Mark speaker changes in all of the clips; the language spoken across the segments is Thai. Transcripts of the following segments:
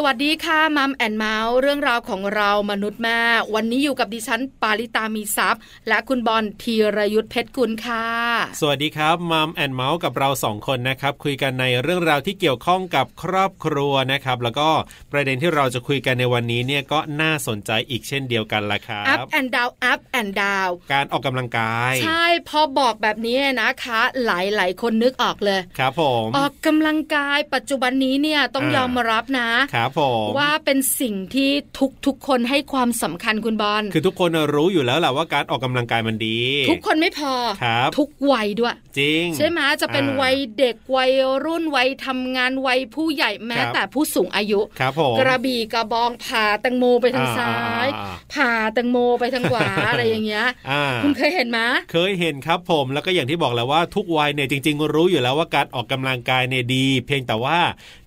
Speaker 1: สวัสดีค่ะมัมแอนเมาส์เรื่องราวของเรามนุษย์แม่ วันนี้อยู่กับดิฉันปาริตามีซัพย์ และคุณบอลธีรยุทธเพชรกุลค่ะ
Speaker 2: สวัสดีครับมัมแอนเมาส์กับเราสองคนนะครับ คุยกันในเรื่องราวที่เกี่ยวข้องกับครอบครัวนะครับ แล้วก็ประเด็นที่เราจะคุยกันในวันนี้เนี่ยก็น่าสนใจอีกเช่นเดียวกันละครั
Speaker 1: up
Speaker 2: บ
Speaker 1: and down up and down
Speaker 2: การออกกำลังกาย
Speaker 1: ใช่พอบอกแบบนี้นะคะ หลายๆ คนนึกออกเลย
Speaker 2: ครับผม
Speaker 1: ออกกำลังกายปัจจุบันนี้เนี่ยต้อง
Speaker 2: อ่าย ย
Speaker 1: อมรับนะ
Speaker 2: ครับผม
Speaker 1: ว่าเป็นสิ่งที่ทุกๆ คนให้ความสำคัญคุณบอล
Speaker 2: คือทุกคนรู้อยู่แล้วแหละว่าการออกกำลังกายมันดี
Speaker 1: ทุกคนไม่พอ
Speaker 2: ครับ
Speaker 1: ทุกวัยด้วย
Speaker 2: จริง
Speaker 1: ใช่ไหมจะเป็น
Speaker 2: อ่า
Speaker 1: วัยเด็กวัยรุ่นวัยทำงานวัยผู้ใหญ่แม้
Speaker 2: ครับ
Speaker 1: แต่ผู้สูงอายุ
Speaker 2: ครับผม
Speaker 1: กระบี่กระบองผ่าแตงโมไปทาง
Speaker 2: อ่า
Speaker 1: ซ้าย
Speaker 2: อ่า
Speaker 1: ผ่าแตงโมไปทางขวา อะไรอย่างเงี้ย
Speaker 2: อ่า
Speaker 1: คุณเคยเห็นไหม
Speaker 2: เคยเห็นครับผมแล้วก็อย่างที่บอกแล้วว่าทุกวัยเนี่ยจริง ๆ รู้อยู่แล้วว่าการออกกำลังกายเนี่ยดี เพียงแต่ว่า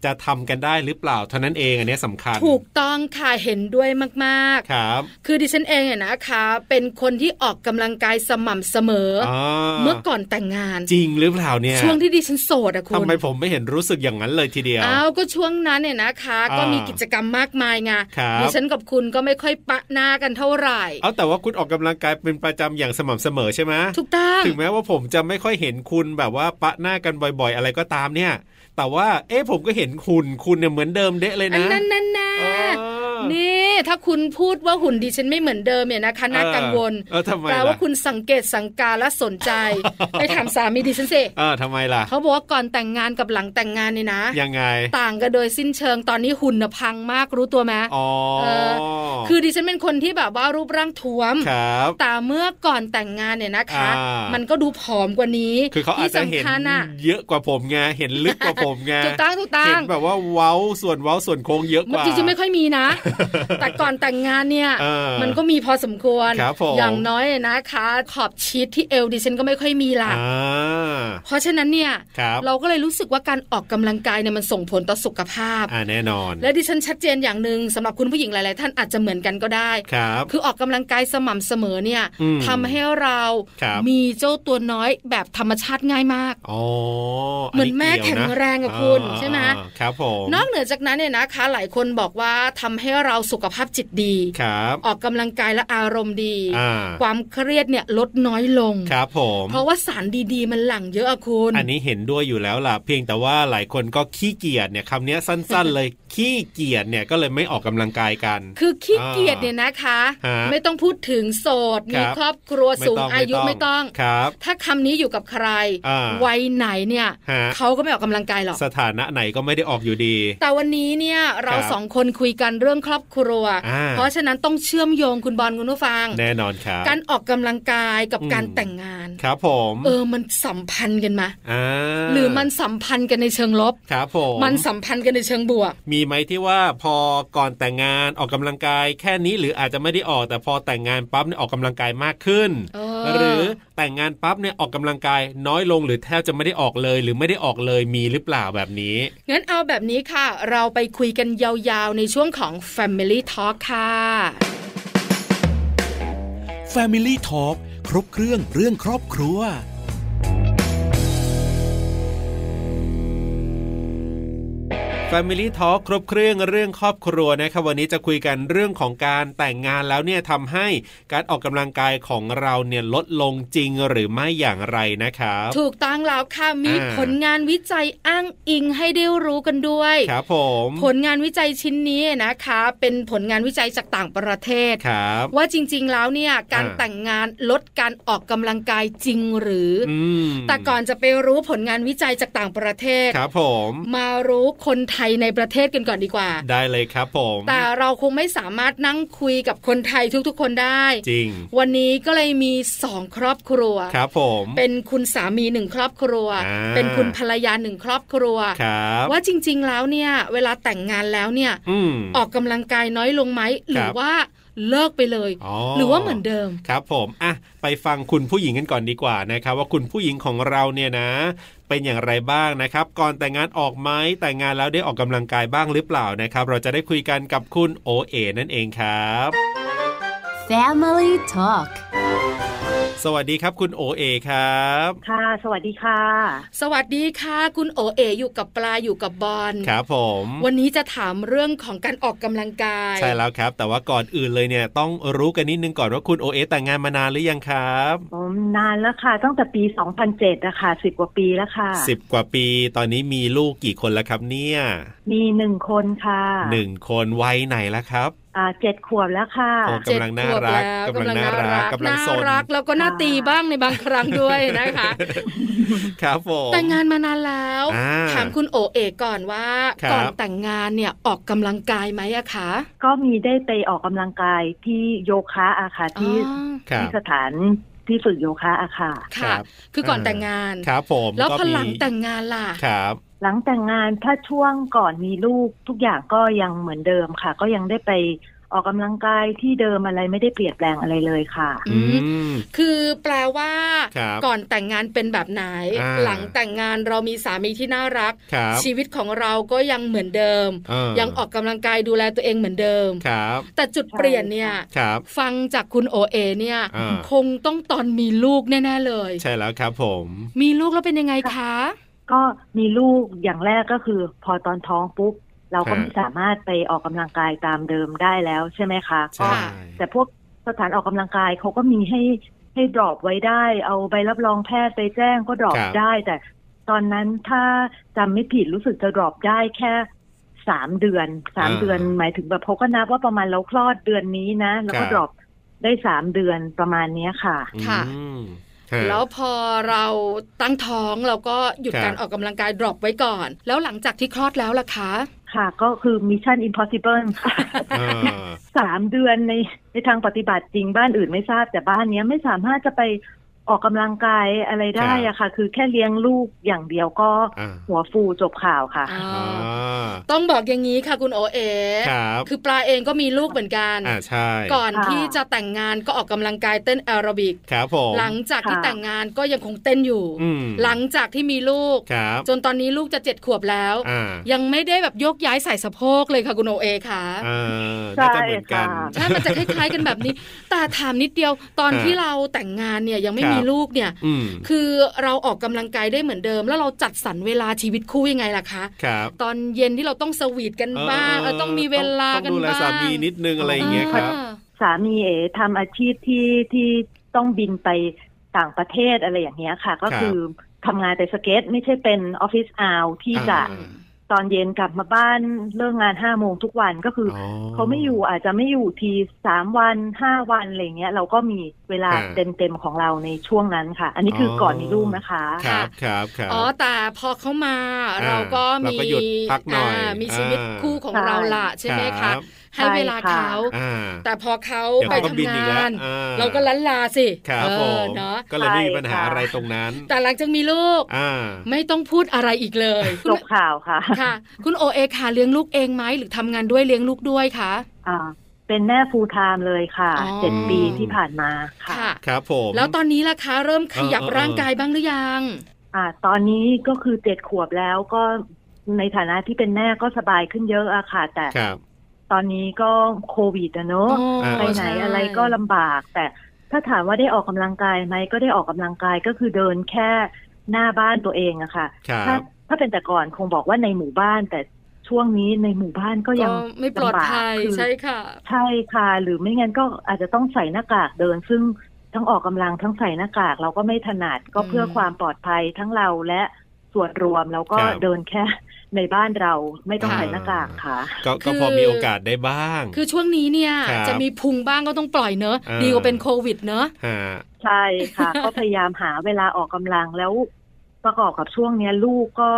Speaker 2: จะทำกันได้หรือเปล่าเท่านั้นเองอันเนี้ยสำคัญ
Speaker 1: ถูกต้องค่ะเห็นด้วยมาก
Speaker 2: ครับ
Speaker 1: ๆ คือดิฉันเองเนี่ยนะคะ เป็นคนที่ออกกำลังกายสม่ำเสมออเมื่อก่อนแต่งงาน
Speaker 2: จริงหรือเปล่าเนี่ย
Speaker 1: ช่วงที่ดิฉันโสดอะคุณ
Speaker 2: ทำไมผมไม่เห็นรู้สึกอย่างนั้นเลยทีเดียว
Speaker 1: อ้าวก็ช่วงนั้นเนี่ยนะคะ ก็
Speaker 2: อ่ามี
Speaker 1: มีกิจกรรมมากมายไง
Speaker 2: ครับ
Speaker 1: ดิฉันกับคุณก็ไม่ค่อยปะหน้ากันเท่าไหร่
Speaker 2: เอาแต่ว่าคุณออกกำลังกายเป็นประจำอย่างสม่ำเสมอใช่ไหม
Speaker 1: ถูกต้อง
Speaker 2: ถึงแม้ว่าผมจะไม่ค่อยเห็นคุณแบบว่าปะหน้ากันบ่อยๆ อะไรก็ตามเนี่ย แต่ว่าเอ๊ะผมก็เห็นคุณคุณเนี่ยเหมือนเดิมเดะเลย
Speaker 1: อัน
Speaker 2: นะ
Speaker 1: นั้นนั่นนะ
Speaker 2: เออ
Speaker 1: นี่ถ้าคุณพูดว่าหุ่นดิฉันไม่เหมือนเดิมเนี่ยนะคะน่า
Speaker 2: เออ
Speaker 1: กังวล
Speaker 2: เออทำไมล่ะ
Speaker 1: แปลว่าคุณสังเกตสังการและสน ใจ ไปถามสามีดิฉันสิ
Speaker 2: เออทำไมล่ะ
Speaker 1: เขาบอกว่าก่อนแต่งงานกับหลังแต่งงานเนี่ยนะ
Speaker 2: ยังไง
Speaker 1: ต่างกันโดยสิ้นเชิงตอนนี้หุ่นน่ะพังมากรู้ตัวไหม
Speaker 2: อ๋อ
Speaker 1: เอ คือดิฉันเป็นคนที่แบบว่ารูปร่างท้วม
Speaker 2: ครับ
Speaker 1: แต่เมื่อก่อนแต่งงานเนี่ยนะคะ
Speaker 2: อ่ามั
Speaker 1: มันก็ดูผอมกว่านี้
Speaker 2: คือเขาอาจจะเห็น
Speaker 1: ที่สำคัญอะ
Speaker 2: เยอะกว่าผมไงเห็นลึกกว่าผมไง
Speaker 1: ถูกต้องถูกต้อง
Speaker 2: เห็นแบบว่าเว้าส่วนเว้าส่วนโค้งเยอะก
Speaker 1: มัน
Speaker 2: ว่า
Speaker 1: จริงๆไม่ค่อยมี นะ แต่ก่อนแต่งงานเนี่ย
Speaker 2: เออ
Speaker 1: มันก็มีพอสมควร
Speaker 2: ครับผม
Speaker 1: อย่างน้อยนะคะ ขอบชีทที่เอวดิฉันก็ไม่ค่อยมีละ
Speaker 2: อ่า
Speaker 1: เพราะฉะนั้นเนี่ย
Speaker 2: ครับ
Speaker 1: เราก็เลยรู้สึกว่าการออกกำลังกายเนี่ยมันส่งผลต่อสุขภาพ
Speaker 2: อ่าแน่นอน
Speaker 1: และดิฉันชัดเจนอย่างหนึ่งสำหรับคุณผู้หญิงหลาย ๆ ท่านอาจจะเหมือนกันก็ได้
Speaker 2: ครับ
Speaker 1: คือออกกำลังกายสม่ำเสมอเนี่ย
Speaker 2: อืม
Speaker 1: ทำให้เรา
Speaker 2: ครับ
Speaker 1: มีเจ้าตัวน้อยแบบธรรมชาติง่ายมาก
Speaker 2: อ๋อ
Speaker 1: เหมือนแม่
Speaker 2: กี่ยวนะ
Speaker 1: แข็งแรงอะคุณใช่ไหม
Speaker 2: อ่าครับผม
Speaker 1: นอกเหนือจากนั้นเนี่ยนะคะ หลายคนบอกว่าทำให้เราสุขภาพจิตดี
Speaker 2: ครับ
Speaker 1: ออกกำลังกายและอารมณ์ดี
Speaker 2: อ่า
Speaker 1: ความเครียดเนี่ยลดน้อยลง
Speaker 2: ครับผม
Speaker 1: เพราะว่าสารดีๆ มันหลั่งเยอะอะคุณ
Speaker 2: อันนี้เห็นด้วยอยู่แล้วล่ะ เพียงแต่ว่าหลายคนก็ขี้เกียจเนี่ยคำเนี้ยสั้น ๆ เลย ขี้เกียจเนี่ยก็เลยไม่ออกกำลังกายกัน
Speaker 1: คือขี้เกียจเนี่ยนะคะ
Speaker 2: ฮะ
Speaker 1: ไม่ต้องพูดถึงโสด
Speaker 2: ครั
Speaker 1: มี
Speaker 2: บ
Speaker 1: ครอบครัว
Speaker 2: ไม่
Speaker 1: สูง
Speaker 2: ต้
Speaker 1: อายุไม่ต้อง
Speaker 2: ครับ
Speaker 1: ถ้าคำนี้อยู่กับใคร
Speaker 2: อ่า
Speaker 1: วัยไหนเนี่ย
Speaker 2: ฮะ
Speaker 1: เขาก็ไม่ออกกำลังกายหรอก
Speaker 2: สถานะไหนก็ไม่ได้ออกอยู่ดี
Speaker 1: แต่วันนี้เนี่ยเรา
Speaker 2: ครับ
Speaker 1: สองคนคุยกันเรื่องครอบครัว
Speaker 2: อ่า
Speaker 1: เพราะฉะนั้นต้องเชื่อมโยงคุณบอลคุณผู้ฟัง
Speaker 2: แน่นอนครับ
Speaker 1: การออกกำลังกายกับ
Speaker 2: อืม
Speaker 1: การแต่งงาน
Speaker 2: ครับผม
Speaker 1: เออมันสัมพันธ์กันมา
Speaker 2: า
Speaker 1: หรือมันสัมพันธ์กันในเชิงลบ
Speaker 2: ครับผม
Speaker 1: มันสัมพันธ์กันในเชิงบวก
Speaker 2: มีไหมที่ว่าพอก่อนแต่งงานออกกำลังกายแค่นี้หรืออาจจะไม่ได้ออกแต่พอแต่งงานปั๊บเนี่ยออกกำลังกายมากขึ้น
Speaker 1: เออ
Speaker 2: หรือแต่งงานปั๊บเนี่ยออกกำลังกายน้อยลงหรือแทบจะไม่ได้ออกเลย หรือไม่ได้ออกเลยมีหรือเปล่าแบบนี้
Speaker 1: งั้นเอาแบบนี้ค่ะ เราไปคุยกันยาวๆ ในช่วงของ Family Talk ค่ะ
Speaker 3: Family Talk ครบเครื่องเรื่องครอบครัว
Speaker 2: Family Talk ครบเครื่องเรื่องครอบครัวนะครับวันนี้จะคุยกันเรื่องของการแต่งงานแล้วเนี่ยทำให้การออกกำลังกายของเราเนี่ยลดลงจริงหรือไม่อย่างไรนะครับ
Speaker 1: ถูกต้องแล้วค่ะ มี
Speaker 2: อ่า
Speaker 1: ผลงานวิจัยอ้างอิงให้ได้รู้กันด้วย
Speaker 2: ครับผม
Speaker 1: ผลงานวิจัยชิ้นนี้นะคะ เป็นผลงานวิจัยจากต่างประเทศ
Speaker 2: ครับ
Speaker 1: ว่าจริงๆแล้วเนี่ยการ
Speaker 2: อ่า
Speaker 1: แต่งงานลดการออกกำลังกายจริงหรือ
Speaker 2: อืม
Speaker 1: แต่ก่อนจะไปรู้ผลงานวิจัยจากต่างประเทศ
Speaker 2: ครับผม
Speaker 1: มารู้คนไทยในประเทศกันก่อนดีกว่า
Speaker 2: ได้เลยครับผม
Speaker 1: แต่เราคงไม่สามารถนั่งคุยกับคนไทยทุกๆ คนได้
Speaker 2: จริง
Speaker 1: วันนี้ก็เลยมีสองครอบครัว
Speaker 2: ครับผม
Speaker 1: เป็นคุณสามีหนึ่งครอบครัว
Speaker 2: อ่า
Speaker 1: เป็นคุณภรรยาหนึ่งครอบครัว
Speaker 2: ครับ
Speaker 1: ว่าจริงๆแล้วเนี่ย เวลาแต่งงานแล้วเนี่ย
Speaker 2: อืม
Speaker 1: ออกกำลังกายน้อยลงไหม หรือว่าเลิกไปเลย
Speaker 2: อ๋อ
Speaker 1: หรือว่าเหมือนเดิม
Speaker 2: ครับผม อ่ะ ไปฟังคุณผู้หญิงกันก่อนดีกว่านะครับ ว่าคุณผู้หญิงของเราเนี่ยนะ เป็นอย่างไรบ้างนะครับ ก่อนแต่งงานออกไหมแต่งงานแล้วได้ออกกำลังกายบ้างหรือเปล่านะครับ เราจะได้คุยกันกับคุณโอเอนั่นเองครับ
Speaker 4: Family Talk
Speaker 2: สวัสดีครับคุณโอเอครับ
Speaker 5: ค่ะ สวัสดีค่ะ
Speaker 1: สวัสดีค่ะ คุณโอเออยู่กับปลาอยู่กับบอล
Speaker 2: ครับผม
Speaker 1: วันนี้จะถามเรื่องของการออกกำลังกาย
Speaker 2: ใช่แล้วครับ แต่ว่าก่อนอื่นเลยเนี่ยต้องรู้กันนิดนึงก่อนว่าคุณโอเอแต่งงานมานานหรือยังครับ
Speaker 5: ผมนานแล้วค่ะ ตั้งแต่ปี 2007นะคะสิบกว่าปีแล้วค่ะ
Speaker 2: สิบกว่าปีตอนนี้มีลูกกี่คนแล้วครับเนี่ย
Speaker 5: มีหนึ่งคนค่ะ
Speaker 2: หนึ่งคนวัยไหนแล้วครับ
Speaker 5: อ่าเจ็ดขวบแล้วค่ะ
Speaker 2: โอ้ กำลังน่ารัก
Speaker 1: เจ็ดขวบ
Speaker 2: กำลังน่ารักกำลังสน
Speaker 1: น่ารักแล้วก็น่าตีบ้างในบางครั้งด้วยนะคะ
Speaker 2: ครับผม
Speaker 1: แต่งงานมานานแล้ว
Speaker 2: อ่า
Speaker 1: ถามคุณโอเอกก่อนว่า
Speaker 2: ครับ
Speaker 1: ก่อนแต่งงานเนี่ยออกกำลังกายไหมอะคะ
Speaker 5: ก็มีได้ไปออกกำลังกายที่โยคะอาค่ะที่
Speaker 1: อ๋อ
Speaker 2: ครั
Speaker 5: ที่
Speaker 2: บ
Speaker 5: สถานที่ฝึกโยคะอาค่ะ
Speaker 2: ครั
Speaker 1: ค่ะ
Speaker 2: บ
Speaker 1: คือก่อนแต่งงาน
Speaker 2: ครับผม
Speaker 1: แล้ว
Speaker 2: ก็
Speaker 1: พอ
Speaker 2: มี
Speaker 1: หลังแต่งงานล่ะ
Speaker 2: ครับ
Speaker 5: หลังแต่งงานถ้าช่วงก่อนมีลูกทุกอย่างก็ยังเหมือนเดิมค่ะ ก็ยังได้ไปออกกำลังกายที่เดิมอะไรไม่ได้เปลี่ยนแปลงอะไรเลยค่ะ
Speaker 1: อื
Speaker 2: อื
Speaker 1: ม
Speaker 2: ม
Speaker 1: คือแปลว่า
Speaker 2: ครับ
Speaker 1: ก่อนแต่งงานเป็นแบบไหน
Speaker 2: อ่า
Speaker 1: หลังแต่งงานเรามีสามีที่น่ารัก
Speaker 2: ครับ
Speaker 1: ชีวิตของเราก็ยังเหมือนเดิม
Speaker 2: เออ
Speaker 1: ยังออกกำลังกายดูแลตัวเองเหมือนเดิม
Speaker 2: ครับ
Speaker 1: แต่จุดเปลี่ยนเนี่ย
Speaker 2: ครับ
Speaker 1: ฟังจากคุณโอเอเนี่ย
Speaker 2: อ่า
Speaker 1: คงต้องตอนมีลูกแน่ๆเลย
Speaker 2: ใช่แล้วครับผม
Speaker 1: มีลูกแล้วเป็นยังไงคะ
Speaker 5: ก็มีลูกอย่างแรกก็คือ พอตอนท้องปุ๊บเราก็
Speaker 2: ฮะ
Speaker 5: ไม่สามารถไปออกกำลังกายตามเดิมได้แล้วใช่ไหมคะก็
Speaker 2: ใช่
Speaker 5: แต่พวกสถานออกกำลังกายเขาก็มีให้ให้ดรอปไว้ได้ เอาใบรับรองแพทย์ไปแจ้งก็ดรอปได้ แต่ตอนนั้นถ้าจำไม่ผิดรู้สึกจะดรอปได้แค่สามเดือนสามเดือน หมายถึงแบบเขาก็นับว่าประมาณเราคลอดเดือนนี้นะแล้วก็ดรอปได้สามเดือนประมาณเนี้ยค่ะ
Speaker 1: ค่ะ
Speaker 2: อืมฮะ
Speaker 1: แล้วพอเราตั้งท้องเราก็หยุด
Speaker 2: ครับ
Speaker 1: การออกกำลังกายดรอปไว้ก่อน แล้วหลังจากที่คลอดแล้วล่ะคะ
Speaker 5: ค่ะ ก็คือมิชชั่นอิมพอสิเบิล
Speaker 2: เออ
Speaker 5: สามเดือนในในทางปฏิบัติจริงบ้านอื่นไม่ทราบแต่บ้านเนี้ยไม่สามารถจะไปออกกำลังกายอะไร
Speaker 2: ค
Speaker 5: ได้
Speaker 2: รับ
Speaker 5: อะค่ะ คือแค่เลี้ยงลูกอย่างเดียวก็
Speaker 2: อ่า
Speaker 5: หัวฟูจบข่าวค่ะ
Speaker 1: อ่า
Speaker 2: อ่า
Speaker 1: ต้องบอกอย่างนี้ค่ะคุณโอเอ
Speaker 2: ครับ
Speaker 1: คือปลาเองก็มีลูกเหมือนกัน
Speaker 2: อ่าใช่
Speaker 1: ก่อน
Speaker 5: ค่ะ
Speaker 1: ที่จะแต่งงานก็ออกกำลังกายเต้นแอโรบิก
Speaker 2: ครับผม
Speaker 1: หลังจากที่
Speaker 5: ค่ะ
Speaker 1: แต่งงานก็ยังคงเต้นอยู่
Speaker 2: อืม
Speaker 1: หลังจากที่มีลูก
Speaker 2: ครับ
Speaker 1: จนตอนนี้ลูกจะเจ็ดขวบแล้ว
Speaker 2: อ่า
Speaker 1: ยังไม่ได้แบบโยกย้ายใส่สะโพกเลยค่ะคุณโอเอค่ะ
Speaker 2: อ่าน่าจะเหมือนกัน
Speaker 1: ใช่มันจะคล้ายๆกันแบบนี้ แต่ถามนิดเดียวตอน
Speaker 2: ฮะ
Speaker 1: ที่เราแต่งงานเนี่ยยังไม่
Speaker 2: ครับ
Speaker 1: มีลูกเนี่ย
Speaker 2: อืม
Speaker 1: คือเราออกกำลังกายได้เหมือนเดิม แล้วเราจัดสรรเวลาชีวิตคู่ยังไงล่ะคะ
Speaker 2: ครับ
Speaker 1: ตอนเย็นที่เราต้องสวีทกันบ้างเออต้องมีเวลากัน
Speaker 2: ต้องดูแล
Speaker 1: บ้าง
Speaker 2: สามีนิดนึงอะไรอย่างเงี้ยครับ
Speaker 1: อ่า
Speaker 5: สามีเอ๋ทำอาชีพที่ที่ต้องบินไปต่างประเทศอะไรอย่างเงี้ยค่ะ ก็
Speaker 2: ครับ
Speaker 5: คือทำงานแต่สเก็ต ไม่ใช่เป็นออฟฟิศอาที่จะ
Speaker 2: อ่า
Speaker 5: ตอนเย็นกลับมาบ้านเลิกงานห้าโมงทุกวันก็คืออ
Speaker 2: อ๋อ
Speaker 5: เขาไม่อยู่อาจจะไม่อยู่ทีสามวันห้าวันอะไรเงี้ยเราก็มีเวลา
Speaker 2: อ่า
Speaker 5: เต็มเต็มๆของเราในช่วงนั้นค่ะ อันนี้คืออ
Speaker 2: อ
Speaker 5: ก่อนมีลูกนะคะ
Speaker 2: ครับครับครับ
Speaker 1: อ๋อแต่พอเขามาเราก็
Speaker 2: เรา
Speaker 1: มี
Speaker 2: ก็หยุดพักหน่อย
Speaker 1: ามีชีวิต
Speaker 2: อ่า
Speaker 1: คู่ของ
Speaker 5: ใช่
Speaker 1: เราละใช่ไหมคะ
Speaker 2: รับ
Speaker 1: ให้เวลาเขา
Speaker 2: อ่า
Speaker 1: แต่พอเขา
Speaker 2: เดี๋ยว
Speaker 1: ไป
Speaker 2: เขาก็บิน
Speaker 1: ทำ
Speaker 2: อีก
Speaker 1: งา
Speaker 2: แล้ว
Speaker 1: น
Speaker 2: อ่
Speaker 1: เราก็ลันลาสิ
Speaker 2: ครับ
Speaker 1: เอ
Speaker 2: ผ
Speaker 1: อ
Speaker 2: ม
Speaker 1: เนาะ
Speaker 2: ก็เลยไม่มีปัญหา
Speaker 5: ใช่ค่ะ
Speaker 2: อะไรตรงนั้น
Speaker 1: แต่หลังจากมีลูก
Speaker 2: อ่า
Speaker 1: ไม่ต้องพูดอะไรอีกเลย
Speaker 5: จบข่าวค่ะ
Speaker 1: คุณค่ะ คุณโอเอค่ะเลี้ยงลูกเองไหมหรือทำงานด้วยเลี้ยงลูกด้วยคะ
Speaker 5: อ่าเป็นแม่ฟู l ไทม์เลยค่ะ
Speaker 1: อ๋อ
Speaker 5: เจ็ดปีที่ผ่านมาค่ะ
Speaker 2: ครับผม
Speaker 1: แล้วตอนนี้ล่ะคะเริ่มขยับ
Speaker 2: เออเออ
Speaker 1: ร่างกายบ้างหรือยัง
Speaker 5: อ่าตอนนี้ก็คือเจ็ดขวบแล้วก็ในฐานะที่เป็นแม่ก็สบายขึ้นเยอะอะค่ะ แต่
Speaker 2: ครับ
Speaker 5: ตอนนี้ก็โควิดอะเนอะ
Speaker 2: อ่า
Speaker 5: ไปไหนอะไรก็ลำบาก แต่ถ้าถามว่าได้ออกกำลังกายไหมก็ได้ออกกำลังกายก็คือเดินแค่หน้าบ้านตัวเองอะค่ะ
Speaker 2: ครั
Speaker 5: ถ้า
Speaker 2: บ
Speaker 5: ถ้าเป็นแต่ก่อนคงบอกว่าในหมู่บ้าน แต่ช่วงนี้ในหมู่บ้านก็ยั
Speaker 1: ก็
Speaker 5: ง
Speaker 1: ไม่ปลอดภัย
Speaker 5: ลำบากคือ
Speaker 1: ใช่ค่ะ
Speaker 5: ใช่ค่ะ หรือไม่งั้นก็อาจจะต้องใส่หน้ากากเดิน ซึ่งทั้งออกกำลังทั้งใส่หน้ากากเราก็ไม่ถนัดก็
Speaker 1: อืม
Speaker 5: เพื่อความปลอดภัยทั้งเราและส่วนรวมเราก็
Speaker 2: ครับ
Speaker 5: เดินแค่ในบ้านเราไม่ต้อง
Speaker 2: อ่า
Speaker 5: ใส่หน้ากากค่ะ
Speaker 2: ก็ก็พอมีโอกาสได้บ้าง
Speaker 1: คือช่วงนี้เนี่ย
Speaker 2: ครับ
Speaker 1: จะมีพุงบ้างก็ต้องปล่อยเนอะ
Speaker 2: เออ
Speaker 1: ดีกว่าเป็นโควิดเนอะ
Speaker 2: ฮะ
Speaker 5: ใช่ค่ะ ก็พยายามหาเวลาออกกำลังแล้วประกอบกับช่วงเนี้ยลูกก็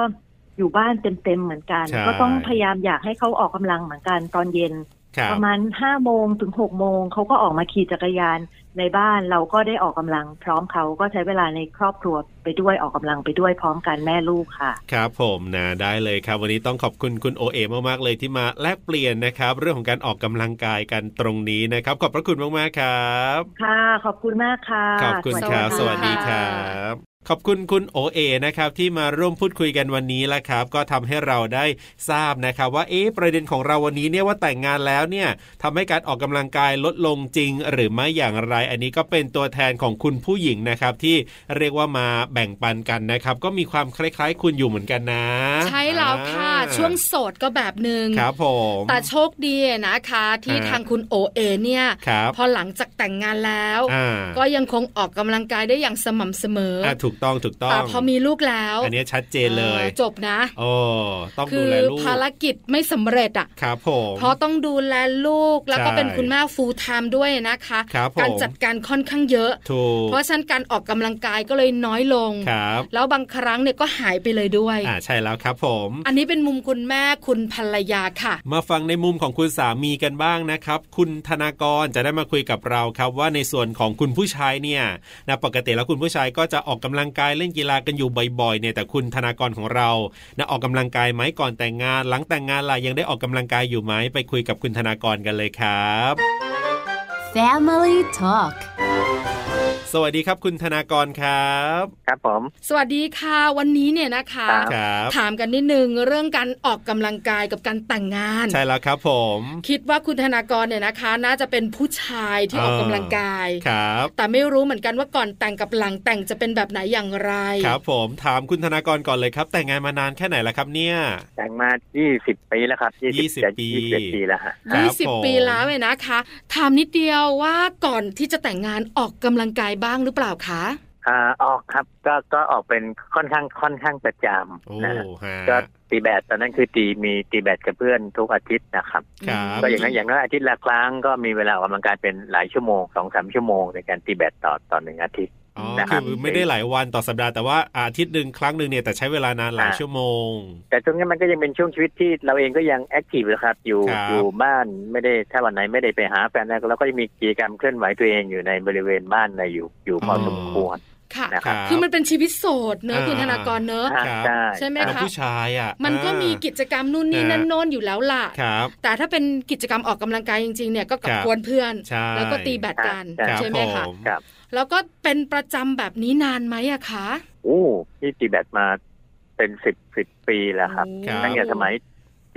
Speaker 5: อยู่บ้านเต็มๆเหมือนกัน
Speaker 2: ใช่
Speaker 5: ก็ต้องพยายามอยากให้เขาออกกำลังเหมือนกันตอนเย็น
Speaker 2: ครับ
Speaker 5: ประมาณห้าโมงถึงหกโมงเขาก็ออกมาขี่จักรยานในบ้านเราก็ได้ออกกำลัง พร้อมเขาก็ใช้เวลาในครอบครัวไปด้วยออกกำลังไปด้วยพร้อมกันแม่ลูกค่ะ
Speaker 2: ครับผมนะได้เลยครับ วันนี้ต้องขอบคุณคุณโอเอมากๆเลยที่มาแลกเปลี่ยนนะครับ เรื่องของการออกกำลังกายกันตรงนี้นะครับ ขอบพระคุณมากๆครับ
Speaker 5: ค่ะ ขอบคุณมากค่ะ
Speaker 2: ขอบคุณครับ ส
Speaker 1: สวั
Speaker 2: วัส
Speaker 1: สดี
Speaker 2: ดีค
Speaker 1: ค่ะ
Speaker 2: รับ ขอบคุณคุณโอเอนะครับที่มาร่วมพูดคุยกันวันนี้ละครับ ก็ทำให้เราได้ทราบนะครับ ว่าเอ๊ะประเด็นของเราวันนี้เนี่ยว่าแต่งงานแล้วเนี่ยทำให้การออกกำลังกายลดลงจริง หรือไม่อย่างไร อันนี้ก็เป็นตัวแทนของคุณผู้หญิงนะครับ ที่เรียกว่ามาแบ่งปันกันนะครับ ก็มีความคล้ายๆ คุณอยู่เหมือนกันนะ
Speaker 1: ใช่แล้วค่ะ
Speaker 2: อ่า
Speaker 1: ช่วงโสดก็แบบหนึ่ง
Speaker 2: ครับผม
Speaker 1: แต่โชคดีนะคะ ที่
Speaker 2: อ่า
Speaker 1: ทางคุณโอเอเนี่ย
Speaker 2: ครับ
Speaker 1: พอหลังจากแต่งงานแล้ว
Speaker 2: อ่า
Speaker 1: ก็ยังคงออกกำลังกายได้อย่างสม่ำเสมออ
Speaker 2: อ่ะถูกต้องถูกต้อง
Speaker 1: แต่พอมีลูกแล้ว
Speaker 2: อันเนี้ยชัดเจนเลย
Speaker 1: ออจบนะ
Speaker 2: โอ้ต้อง
Speaker 1: คื
Speaker 2: ดู
Speaker 1: อ
Speaker 2: แลลูก
Speaker 1: ภารกิจไม่สำเร็จอ่ะ
Speaker 2: ครับผม
Speaker 1: เพราะต้องดูแลลูกแล้วก็
Speaker 2: ใช่
Speaker 1: เป็นคุณแม่ full time ด้วยนะคะ
Speaker 2: ครับผม
Speaker 1: การจัดการค่อนข้างเยอะ
Speaker 2: ถูก
Speaker 1: เพราะฉะนั้นการออกกำลังกายก็เลยน้อยลง
Speaker 2: ครับ
Speaker 1: แล้วบางครั้งเนี่ยก็หายไปเลยด้วย
Speaker 2: อ่าใช่แล้วครับผม
Speaker 1: อันนี้เป็นมุมคุณแม่คุณภรรยาค่ะ
Speaker 2: มาฟังในมุมของคุณสามีกันบ้างนะครับ คุณธนากรจะได้มาคุยกับเราครับ ว่าในส่วนของคุณผู้ชายเนี่ยนะปกติแล้วคุณผู้ชายก็จะออกกำลังกายเล่นกีฬากันอยู่บ่อยๆเนี่ยแต่คุณธนากรของเรานะออกกำลังกายไหมก่อนแต่งงาน หลังแต่งงานล่ะยังได้ออกกำลังกายอยู่ไหมไปคุยกับคุณธนากรกันเลยครับ
Speaker 4: Family Talk
Speaker 2: สวัสดีครับ คุณธนากรครับ
Speaker 6: ครับผม
Speaker 1: สวัสดีค่ะวันนี้เนี่ยนะคะ
Speaker 6: ครับ
Speaker 2: ครับ
Speaker 1: ถามกันนิดนึงเรื่องการออกกำลังกายกับการแต่งงาน
Speaker 2: ใช่แล้วครับผม
Speaker 1: คิดว่าคุณธนากรเนี่ยนะคะ น่าจะเป็นผู้ชายที่ออกกำลังกาย
Speaker 2: ครับ
Speaker 1: แต่ไม่รู้เหมือนกันว่าก่อนแต่งกับหลังแต่งจะเป็นแบบไหนอย่างไร
Speaker 2: ครับผมถามคุณธนากรก่อนเลยครับ แต่งงานมานานแค่ไหนแล้วครับเนี่ย
Speaker 6: แต่งมา 20 ปีแล้วครับ
Speaker 2: 20
Speaker 6: จะ21ปีแล้วฮะ
Speaker 2: ครับ
Speaker 1: ยี่สิบ
Speaker 2: ผม
Speaker 1: ปีแล้วเนี่ยนะคะถามนิดเดียวว่าก่อนที่จะแต่งงานออกกำลังกายบ้างหรือเปล่าคะ
Speaker 6: อ่า ออกครับ ก็ก็ออกเป็นค่อนข้างค่อนข้างประจ
Speaker 2: โอ้
Speaker 6: ำนะฮะ
Speaker 2: ฮะ
Speaker 6: ก็ตีแบดตอนนั้นคือตีมีตีแบดกับเพื่อนทุกอาทิตย์นะครับ
Speaker 2: ครับ
Speaker 6: ก็อย่างนั้นอย่างน้อยอาทิตย์ละครั้งก็มีเวลาออกกำลังกายเป็นหลายชั่วโมงสองสามชั่วโมงในการตีแบดต่อต่อหนึ่งอาทิตย์
Speaker 2: อ๋อ
Speaker 6: นะครับ
Speaker 2: คือไม่ได้หลายวันต่อสัปดาห์แต่ว่าอาทิตย์หนึ่งครั้งหนึ่งเนี่ยแต่ใช้เวลานานหลาย
Speaker 6: อ่า
Speaker 2: ชั่วโมง
Speaker 6: แต่ตรงนี้มันก็ยังเป็นช่วงชีวิตที่เราเองก็ยังแอคทีฟนะครับอยู่
Speaker 2: ครับ
Speaker 6: อยู่บ้านไม่ได้ถ้าวันไหนไม่ได้ไปหาแฟนแล้วเราก็ยังมีกิจกรรมเคลื่อนไหวตัวเองอยู่ในบริเวณบ้านในอยู่อยู่พอสมควร
Speaker 1: ค่ะ
Speaker 6: นะ
Speaker 2: ครับ
Speaker 1: คือมันเป็นชีวิตโสดเนอะ
Speaker 2: อ่า
Speaker 1: คุณธนากรเนอะ
Speaker 2: ครับ
Speaker 6: อ่าใช่
Speaker 1: ใช่ไหม
Speaker 2: แล้ว
Speaker 1: คะ
Speaker 2: ผู้ชายอ่ะ
Speaker 1: มันก็มี
Speaker 2: กิจ
Speaker 1: กิจกรรมนู่นนี่
Speaker 2: นะ
Speaker 1: นั่นโน้นอยู่แล้วล่ะ
Speaker 2: ครับ
Speaker 1: แต่ถ้าเป็นกิจกรรมออกกำลังกายจริงๆเนี่ยก็กับ
Speaker 2: ครับ
Speaker 1: กวนเพื่อน
Speaker 2: ใช่
Speaker 1: แล้วก็ตีแบดกัน
Speaker 2: ค
Speaker 6: ใช่
Speaker 2: รับ
Speaker 1: ใช่ไหมคะ
Speaker 2: ผ
Speaker 6: ครับ
Speaker 1: แล้วก็เป็นประจำแบบนี้นานไหมอะคะ
Speaker 6: โอ้พี่ตีแบดมาเป็นสิบสิบปีแล้วครับ
Speaker 1: โอ้
Speaker 6: ตั้งแต่สมัย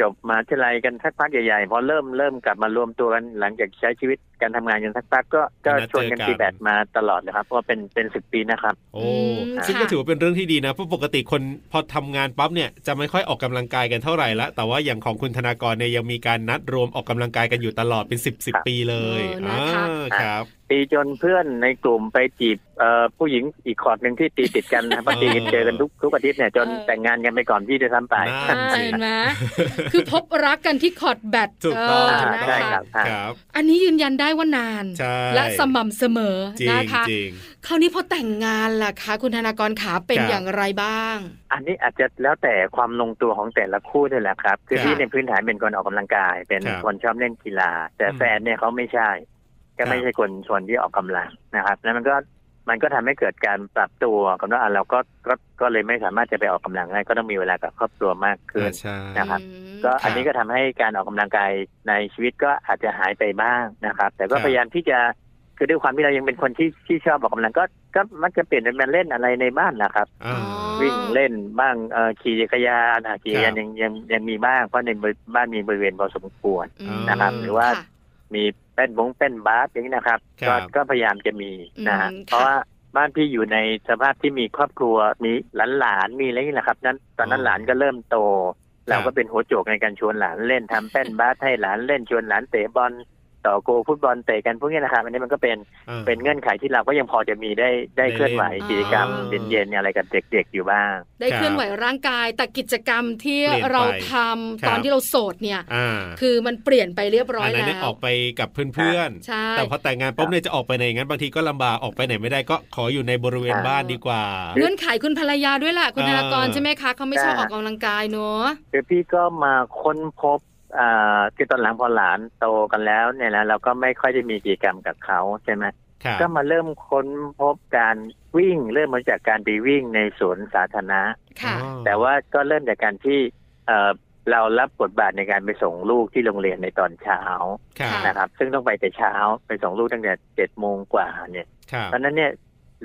Speaker 6: จบมหาวิทยาลัยกันสักพักใหญ่ๆพอเริ่มเริ่มกลับมารวมตัวกันหลังจากใช้ชีวิตการทำงานกันสักพักก็ก็ชวนกันตีแบดมาตลอดเลยครับเพราะว่าเป็นเป็นสิบปีนะครับ
Speaker 2: โอ้
Speaker 1: ม
Speaker 2: ซึ่ง
Speaker 1: ค่ะ
Speaker 2: ก็ถือว่าเป็นเรื่องที่ดีนะเพราะปกติคนพอทำงานปั๊บเนี่ยจะไม่ค่อยออกกำลังกายกันเท่าไหร่ละแต่ว่าอย่างของคุณธนากรเนี่ยยังมีการนัดรวมออกกำลังกายกันอยู่ตลอดเป็น 10บส
Speaker 6: ครับ
Speaker 2: ปีเลย
Speaker 1: เออนะคะ
Speaker 2: อ่าครับ
Speaker 6: ตีจนเพื่อนในกลุ่มไปจีบเอ่อผู้หญิงอีกคอร์ดหนึ่งที่ตีติดกัน นะครับเพอตีกันเจอกันทุกทุกอาทิตย์เนี่ยจน
Speaker 1: เออ
Speaker 6: แต่งงานกันไปก่อนพี่จะทำไป
Speaker 2: น่า
Speaker 1: อ่าเห็นไหมคือพบรักกันที่คอร์ดแบด
Speaker 2: ถูก
Speaker 1: เอ
Speaker 2: ต้อง
Speaker 1: อ
Speaker 6: อ่า
Speaker 1: นะ
Speaker 6: ใช่
Speaker 1: คะ
Speaker 6: ครับอ่า
Speaker 2: ครับ
Speaker 1: อันนี้ยืนยันได้ว่านาน
Speaker 2: ใช่
Speaker 1: และสม่ำเสมอ
Speaker 2: จริง
Speaker 1: นะคะ
Speaker 2: จริง
Speaker 1: คราวนี้พอแต่งงานล่ะคะ คุณธนากรขาเป็น
Speaker 2: ครับ
Speaker 1: อย่างไรบ้าง
Speaker 6: อันนี้อาจจะแล้วแต่ความลงตัวของแต่ละคู่ด้วยแหละครับ คือ
Speaker 2: ครับ
Speaker 6: พี่ในยพื้นฐานเป็นคนออกกำลังกาย เป็น
Speaker 2: ครับ
Speaker 6: คนชอบเล่นกีฬา แต่
Speaker 2: อืม
Speaker 6: แฟนเนี่ยเขาไม่ใช่
Speaker 2: ครั
Speaker 6: ก็
Speaker 2: บ
Speaker 6: ไม่ใช่คนชวนที่ออกกำลังนะครับแล้วมันก็มันก็ทำให้เกิดการปรับตัวกับว่าอ่ะเราก็ก็ก็เลยไม่สามารถจะไปออกกำลังได้ก็ต้องมีเวลากับครอบครัวมากขึ้น
Speaker 2: อ่าใช่
Speaker 6: นะครับ
Speaker 1: อืม
Speaker 6: ก็
Speaker 2: ครับ
Speaker 6: อันนี้ก็ทำให้การออกกำลังกายในชีวิตก็อาจจะหายไปบ้างนะครับ แต่
Speaker 2: ค
Speaker 6: ก็
Speaker 2: รับ
Speaker 6: พยายามที่จะคือด้วยความที่เรายังเป็นคนที่ที่ชอบออกกำลังก็ก็มักจะเปลี่ยนเป็นมาเล่นอะไรในบ้านนะครับ
Speaker 2: อ่า
Speaker 1: อ๋อ
Speaker 6: วิ่งเล่นบ้างเอ่อขี่จักรยานอ่ะขี่จักรยาน
Speaker 2: ครับ
Speaker 6: ยังยังยังมีบ้างเพราะในบ้านมีบริเวณพอสมควร
Speaker 1: อืม
Speaker 6: นะครับหรือว่า
Speaker 1: ค่ะ
Speaker 6: มีแป้นบงแป้นบาสอย่างนี้นะครับ
Speaker 2: ครั
Speaker 6: ก็
Speaker 2: บ
Speaker 6: ก็พยายามจะมีนะฮะ
Speaker 1: อืมค่ะ
Speaker 6: เพราะว่าบ้านพี่อยู่ในสภาพที่มีครอบครัวมีหลานๆมีอะไรนี่แหละครับ นั้นตอนนั้นหลานก็เริ่มโต เราก็เป็นหัวโจกในการชวนหลานเล่นทำแป้นบาสให้หลานเล่นชวนหลานเตะบอลต่อโกฟุตบอลเตะกันพวกนี้นะครับอันนี้มันก็เป็น
Speaker 2: อ่า
Speaker 6: เป็นเงื่อนไขที่เราก็ยังพอจะมีได้ได้เคลื่อนไหว
Speaker 1: ได้เล่น
Speaker 6: กิจกรรม
Speaker 2: อ่า
Speaker 6: เย็นๆอะไรกับเด็ก ๆ อยู่บ้าง
Speaker 1: ได้เคลื่อนไหวร่างกาย แต่กิจกรรมที่
Speaker 2: เปลี่ยนไป
Speaker 1: เราทำ
Speaker 2: ครับ
Speaker 1: ตอนที่เราโสดเนี่ย
Speaker 2: อ่า
Speaker 1: คือมันเปลี่ยนไปเรียบร้อย
Speaker 2: อันนั้น
Speaker 1: แล้
Speaker 2: เนี่ยอ
Speaker 1: ว
Speaker 2: อกไปกับเพื่อน
Speaker 1: ใช่
Speaker 2: ๆแต่พอแต่งงานปุ๊บเนี่ยจะออกไปไหนอย่างนั้นบางทีก็ลำบากออกไปไหนไม่ได้ก็ขออยู่ในบริเวณ
Speaker 6: อ่า
Speaker 2: บ้านดีกว่า
Speaker 1: เงื่อนไขคุณภรรยาด้วยล่ะคุณธนากร
Speaker 2: อ่า
Speaker 1: ใช่ไหมคะเขาไม่ชอบออกกำลังกายเนอะ
Speaker 6: คือพี่ก็มาค้นพบอ่าคือตอนหลังพอหลานโตกันแล้วเนี่ยนะเราก็ไม่ค่อยได้มีกิจกรรมกับเขาใช่ไหม
Speaker 2: ครับ
Speaker 6: ก็มาเริ่มค้นพบการวิ่ง เริ่มมาจากการไปวิ่งในสวนสาธารณะ
Speaker 1: ค่ะ
Speaker 2: อ๋อ
Speaker 6: แต่ว่าก็เริ่มจากการที่เอ่อเรารับบทบาทในการไปส่งลูกที่โรงเรียนในตอนเช้า
Speaker 2: ครับ
Speaker 1: ค่ะ
Speaker 6: นะครับ ซึ่งต้องไปแต่เช้าไปส่งลูกตั้งแต่เจ็ดโมงกว่าเนี่ย
Speaker 2: ครับ
Speaker 6: ตอนนั้นเนี่ย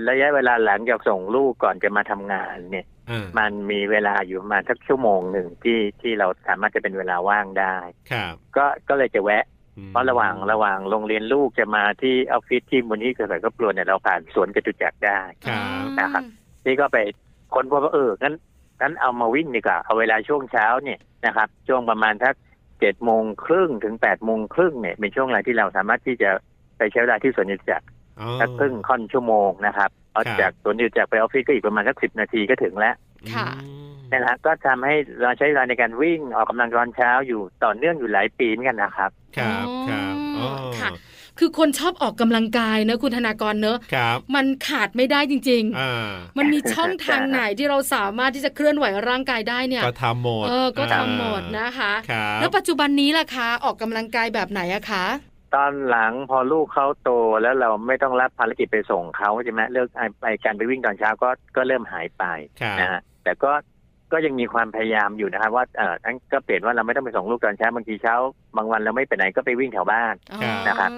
Speaker 6: ระยะเวลาหลังจากส่งลูกก่อนจะมาทำงานเนี่ย
Speaker 2: อ่า
Speaker 6: มันมีเวลาอยู่ประมาณสักชั่วโมงหนึ่งที่ที่เราสามารถจะเป็นเวลาว่างได้
Speaker 2: ครับ
Speaker 6: ก็ก็เลยจะแวะ
Speaker 2: อืม
Speaker 6: เพราะระหว่างระหว่างโรงเรียนลูกจะมาที่ออฟฟิศที่มูลนิธิเครือข่ายครอบครัวเนี่ยเราผ่านสวนจตุจักรได้
Speaker 2: ครับ
Speaker 6: นะครับ นี่ก็ไปค้นพบว่าเอองั้นงั้นเอามาวิ่งดีกว่าเอาเวลาช่วงเช้าเนี่ยนะครับ ช่วงประมาณทักเจ็ดโมงครึ่งถึงแปดโมงครึ่งเนี่ยเป็นช่วงเวลาที่เราสามารถที่จะไปใช้เวลาที่สวนจตุจักร
Speaker 2: อ๋อ
Speaker 6: สักครึ่งค่อนชั่วโมงนะครับออก
Speaker 2: ครับ
Speaker 6: จากสวนจตุจักรไปออฟฟิศก็อีกประมาณสักสิบนาทีก็ถึงแล้ว
Speaker 1: ค่ะ
Speaker 2: อืม
Speaker 6: นะฮะก็ทำให้เราใช้เวลาในการวิ่งออกกำลังตอนเช้าอยู่ต่อเนื่องอยู่หลายปีเหมือนกันนะครับ
Speaker 2: ครับครับอ๋อ
Speaker 1: ค่ะ คือคนชอบออกกำลังกายเนอะคุณธนากรเนอะ
Speaker 2: ครับ
Speaker 1: มันขาดไม่ได้จริง
Speaker 2: อ่า
Speaker 1: ๆ มันมีช่องทางไหนที่เราสามารถที่จะเคลื่อนไหวร่างกายได้เนี่ย
Speaker 2: ก็ทำหมด
Speaker 1: เออ ก็ทำหมดนะคะ
Speaker 2: ครับ
Speaker 1: แล้วปัจจุบันนี้ล่ะคะออกกำลังกายแบบไหนอะคะ
Speaker 6: ตอนหลังพอลูกเขาโตแล้วเราไม่ต้องรับภารกิจไปส่งเขาใช่ไหมเลิกไอ้ไอการไปวิ่งตอนเช้าก็ก็เริ่มหายไป
Speaker 2: ครับ
Speaker 6: นะฮะแต่ก็ก็ยังมีความพยายามอยู่นะครับ ว่าเออทั้งก็เปลี่ยนว่าเราไม่ต้องไปส่งลูกตอนเช้าบางทีเช้า บางวันเราไม่ไปไหนก็ไปวิ่งแถวบ้าน
Speaker 1: อ๋อ
Speaker 6: นะครับ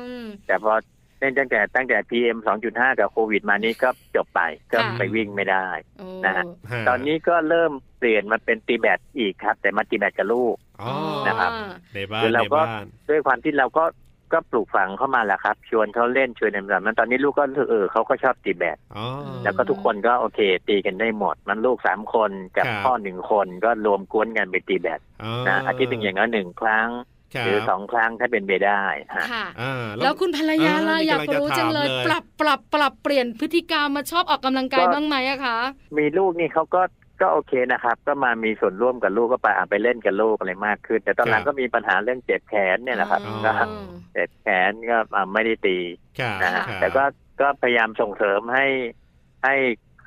Speaker 6: แต่พอเล่นตั้งแต่ตั้งแต่ PM 2.5 กับโควิดมานี้ก็จบไปก็ไปวิ่งไม่ได้
Speaker 1: โอ้
Speaker 6: นะฮะ
Speaker 2: ฮะ
Speaker 6: ตอนนี้ก็เริ่มเปลี่ยนมาเป็นตีแบดอีกครับ แต่มาตีแบดกับลูก
Speaker 2: อ๋อ
Speaker 6: นะครับ
Speaker 2: ในบ้าน
Speaker 6: คือเรา
Speaker 2: ใน
Speaker 6: ก็
Speaker 2: บ้าน
Speaker 6: ด้วยความที่เราก็ก็ปลูกฝังเข้ามาแหละครับ ชวนเขาเล่นชวนอะไรแบบนั้นตอนนี้ลูกก็รู้สึกเออเขาก็ชอบตีแบด
Speaker 2: อ๋อ
Speaker 6: แล้วก็ทุกคนก็โอเค ตีกันได้หมด มันลูกสามคนกับ
Speaker 2: ครับ
Speaker 6: พ่อหนึ่งคนก็รวมกวนกันไปตีแบดนะอาทิตย์หนึ่งอย่างน้อยหนึ่งครั้ง หรือสองครั้งถ้าเป็นไปได้ฮะ
Speaker 1: ค่ะ
Speaker 2: อ่า
Speaker 1: แล้วคุณภรรยาล่ะ
Speaker 2: เออนี่
Speaker 1: อยากรู้จังเลย
Speaker 2: กำลังจะถามเลย
Speaker 1: ปรับปรับปรับเปลี่ยนพฤติกรรมมาชอบออกกำลังกาย
Speaker 6: ก็
Speaker 1: บ้างไหมอะคะ
Speaker 6: มีลูกนี่เขาก็ก็โอเคนะครับ ก็มามีส่วนร่วมกับลูกก็ไปอ่ะไปเล่นกับลูกอะไรมากขึ้น แต่ตอนหลั
Speaker 2: ค
Speaker 6: ง
Speaker 2: รับ
Speaker 6: ก็มีปัญหาเรื่องเจ็บแขนเนี่ยแหละครับ
Speaker 1: อ๋อ
Speaker 6: ก็เจ็บแขนก็อ่ะไม่ได้ตี
Speaker 2: ครับ
Speaker 6: นะฮะ
Speaker 2: ครับ
Speaker 6: แต่ก็ก็พยายามส่งเสริมให้ให้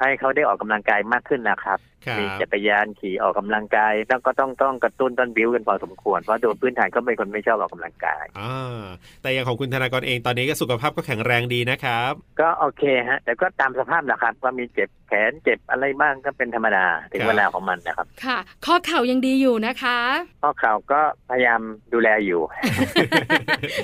Speaker 6: ให้เขาได้ออกกำลังกายมากขึ้นนะครับ
Speaker 2: ครับ
Speaker 6: มีจักรยานขี่ออกกำลังกายต้องก็ต้องต้องกระตุ้นต้นบิวกันพอสมควรเพราะโดยพื้นฐานก็เป็นคนไม่ชอบออกกำลังกาย
Speaker 2: อ่าแต่อย่างของคุณธนากรเองตอนนี้ก็สุขภาพก็แข็งแรงดีนะครับ
Speaker 6: ก็โอเคฮะ แต่ก็ตามสภาพนะครับว่ามีเจ็บแขนเจ็บอะไรบ้างก็เป็นธรรมดาถึง
Speaker 2: ครับ
Speaker 6: เวลาของมันนะครับ
Speaker 1: ค่ะ ข้อเข่ายังดีอยู่นะคะ
Speaker 6: ข้อเข่าก็พยายามดูแลอยู่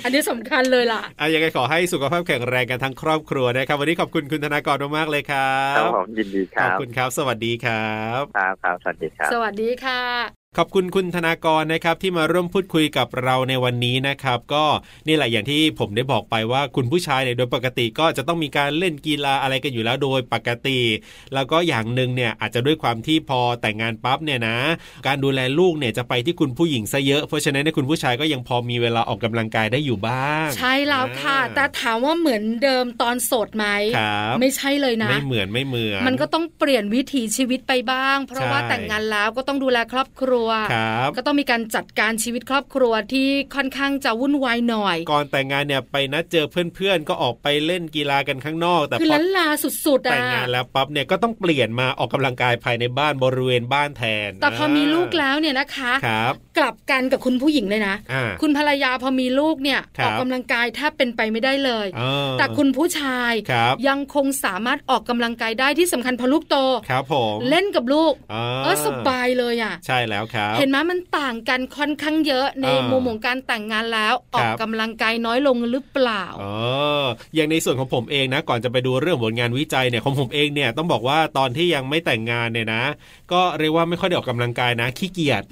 Speaker 1: อันนี้สำคัญเลยล่ะ
Speaker 2: อ่ะยังไงขอให้สุขภาพแข็งแรงกันทั้งครอบครัวนะครับ วันนี้ขอบคุณคุณธนากรมากๆเลยครั
Speaker 6: ครับ
Speaker 2: บ
Speaker 6: ผมยินดีค
Speaker 2: ข
Speaker 6: รั
Speaker 2: อบบ คุณครับ สวัสดีครับ
Speaker 6: ครับครับสวัสดีครับ
Speaker 1: สวัสดีค่ะ
Speaker 2: ขอบคุณคุณธนากรนะครับที่มาร่วมพูดคุยกับเราในวันนี้นะครับ ก็นี่แหละอย่างที่ผมได้บอกไปว่าคุณผู้ชายเนี่ยโดยปกติก็จะต้องมีการเล่นกีฬาอะไรกันอยู่แล้วโดยปกติ แล้วก็อย่างหนึ่งเนี่ยอาจจะด้วยความที่พอแต่งงานปั๊บเนี่ยนะ การดูแลลูกเนี่ยจะไปที่คุณผู้หญิงซะเยอะเพราะฉะนั้นเนี่ยคุณผู้ชายก็ยังพอมีเวลาออกกำลังกายได้อยู่บ้าง
Speaker 1: ใช่แล้วค่ะ
Speaker 2: อ่า
Speaker 1: แต่ถามว่าเหมือนเดิมตอนโสดไหม
Speaker 2: ครับ
Speaker 1: ไม่ใช่เลยนะ
Speaker 2: ไม่เหมือนไม่เหมือน
Speaker 1: มันก็ต้องเปลี่ยนวิถีชีวิตไปบ้าง เพราะ
Speaker 2: ใช่
Speaker 1: ว่าแต่งงานแล้วก็ต้องดูแลครอบครัว
Speaker 2: ครับ
Speaker 1: ก็ต้องมีการจัดการชีวิตครอบครัวที่ค่อนข้างจะวุ่นวายหน่อย
Speaker 2: ก่อนแต่งงานเนี่ยไปนัดเจอเพื่อนๆก็ออกไปเล่นกีฬากันข้างนอก แต่
Speaker 1: คือ
Speaker 2: พอ
Speaker 1: ล้านลาสุดๆอะ
Speaker 2: แต่งงานแล้วปั๊บเนี่ยก็ต้องเปลี่ยนมาออกกำลังกายภายในบ้านบริเวณบ้านแทน
Speaker 1: แต่พอมีลูกแล้วเนี่ยนะคะ
Speaker 2: ครับ
Speaker 1: กลับกันกับคุณผู้หญิงเลยนะ
Speaker 2: อ่า
Speaker 1: คุณภรรยาพอมีลูกเนี่ย
Speaker 2: ครั
Speaker 1: อบ อกกำลังกายแทบเป็นไปไม่ได้เลย
Speaker 2: อ่า
Speaker 1: แต่คุณผู้ชาย
Speaker 2: ครับ
Speaker 1: ยังคงสามารถออกกำลังกายได้ที่สำคัญพอลูกโต
Speaker 2: ครับผม
Speaker 1: เล่นกับลูก
Speaker 2: า
Speaker 1: เออสบายเลยอ่ะ
Speaker 2: ใช่แล้วครับ
Speaker 1: เห็นไหมมันต่างกันค่อนข้างเยอะใน
Speaker 2: อ่ามุ
Speaker 1: มุมของการแต่งงานแล้วออก
Speaker 2: ครับ
Speaker 1: กำลังกายน้อยลงหรือเปล่า
Speaker 2: เอออย่างในส่วนของผมเองนะ ก่อนจะไปดูเรื่องผลงานวิจัยเนี่ยของผมเองเนี่ยต้องบอกว่าตอนที่ยังไม่แต่งงานเนี่ยนะ ก็เรียกว่าไม่ค่อยได้ออกกำลังกายนะ ขี้เกียจ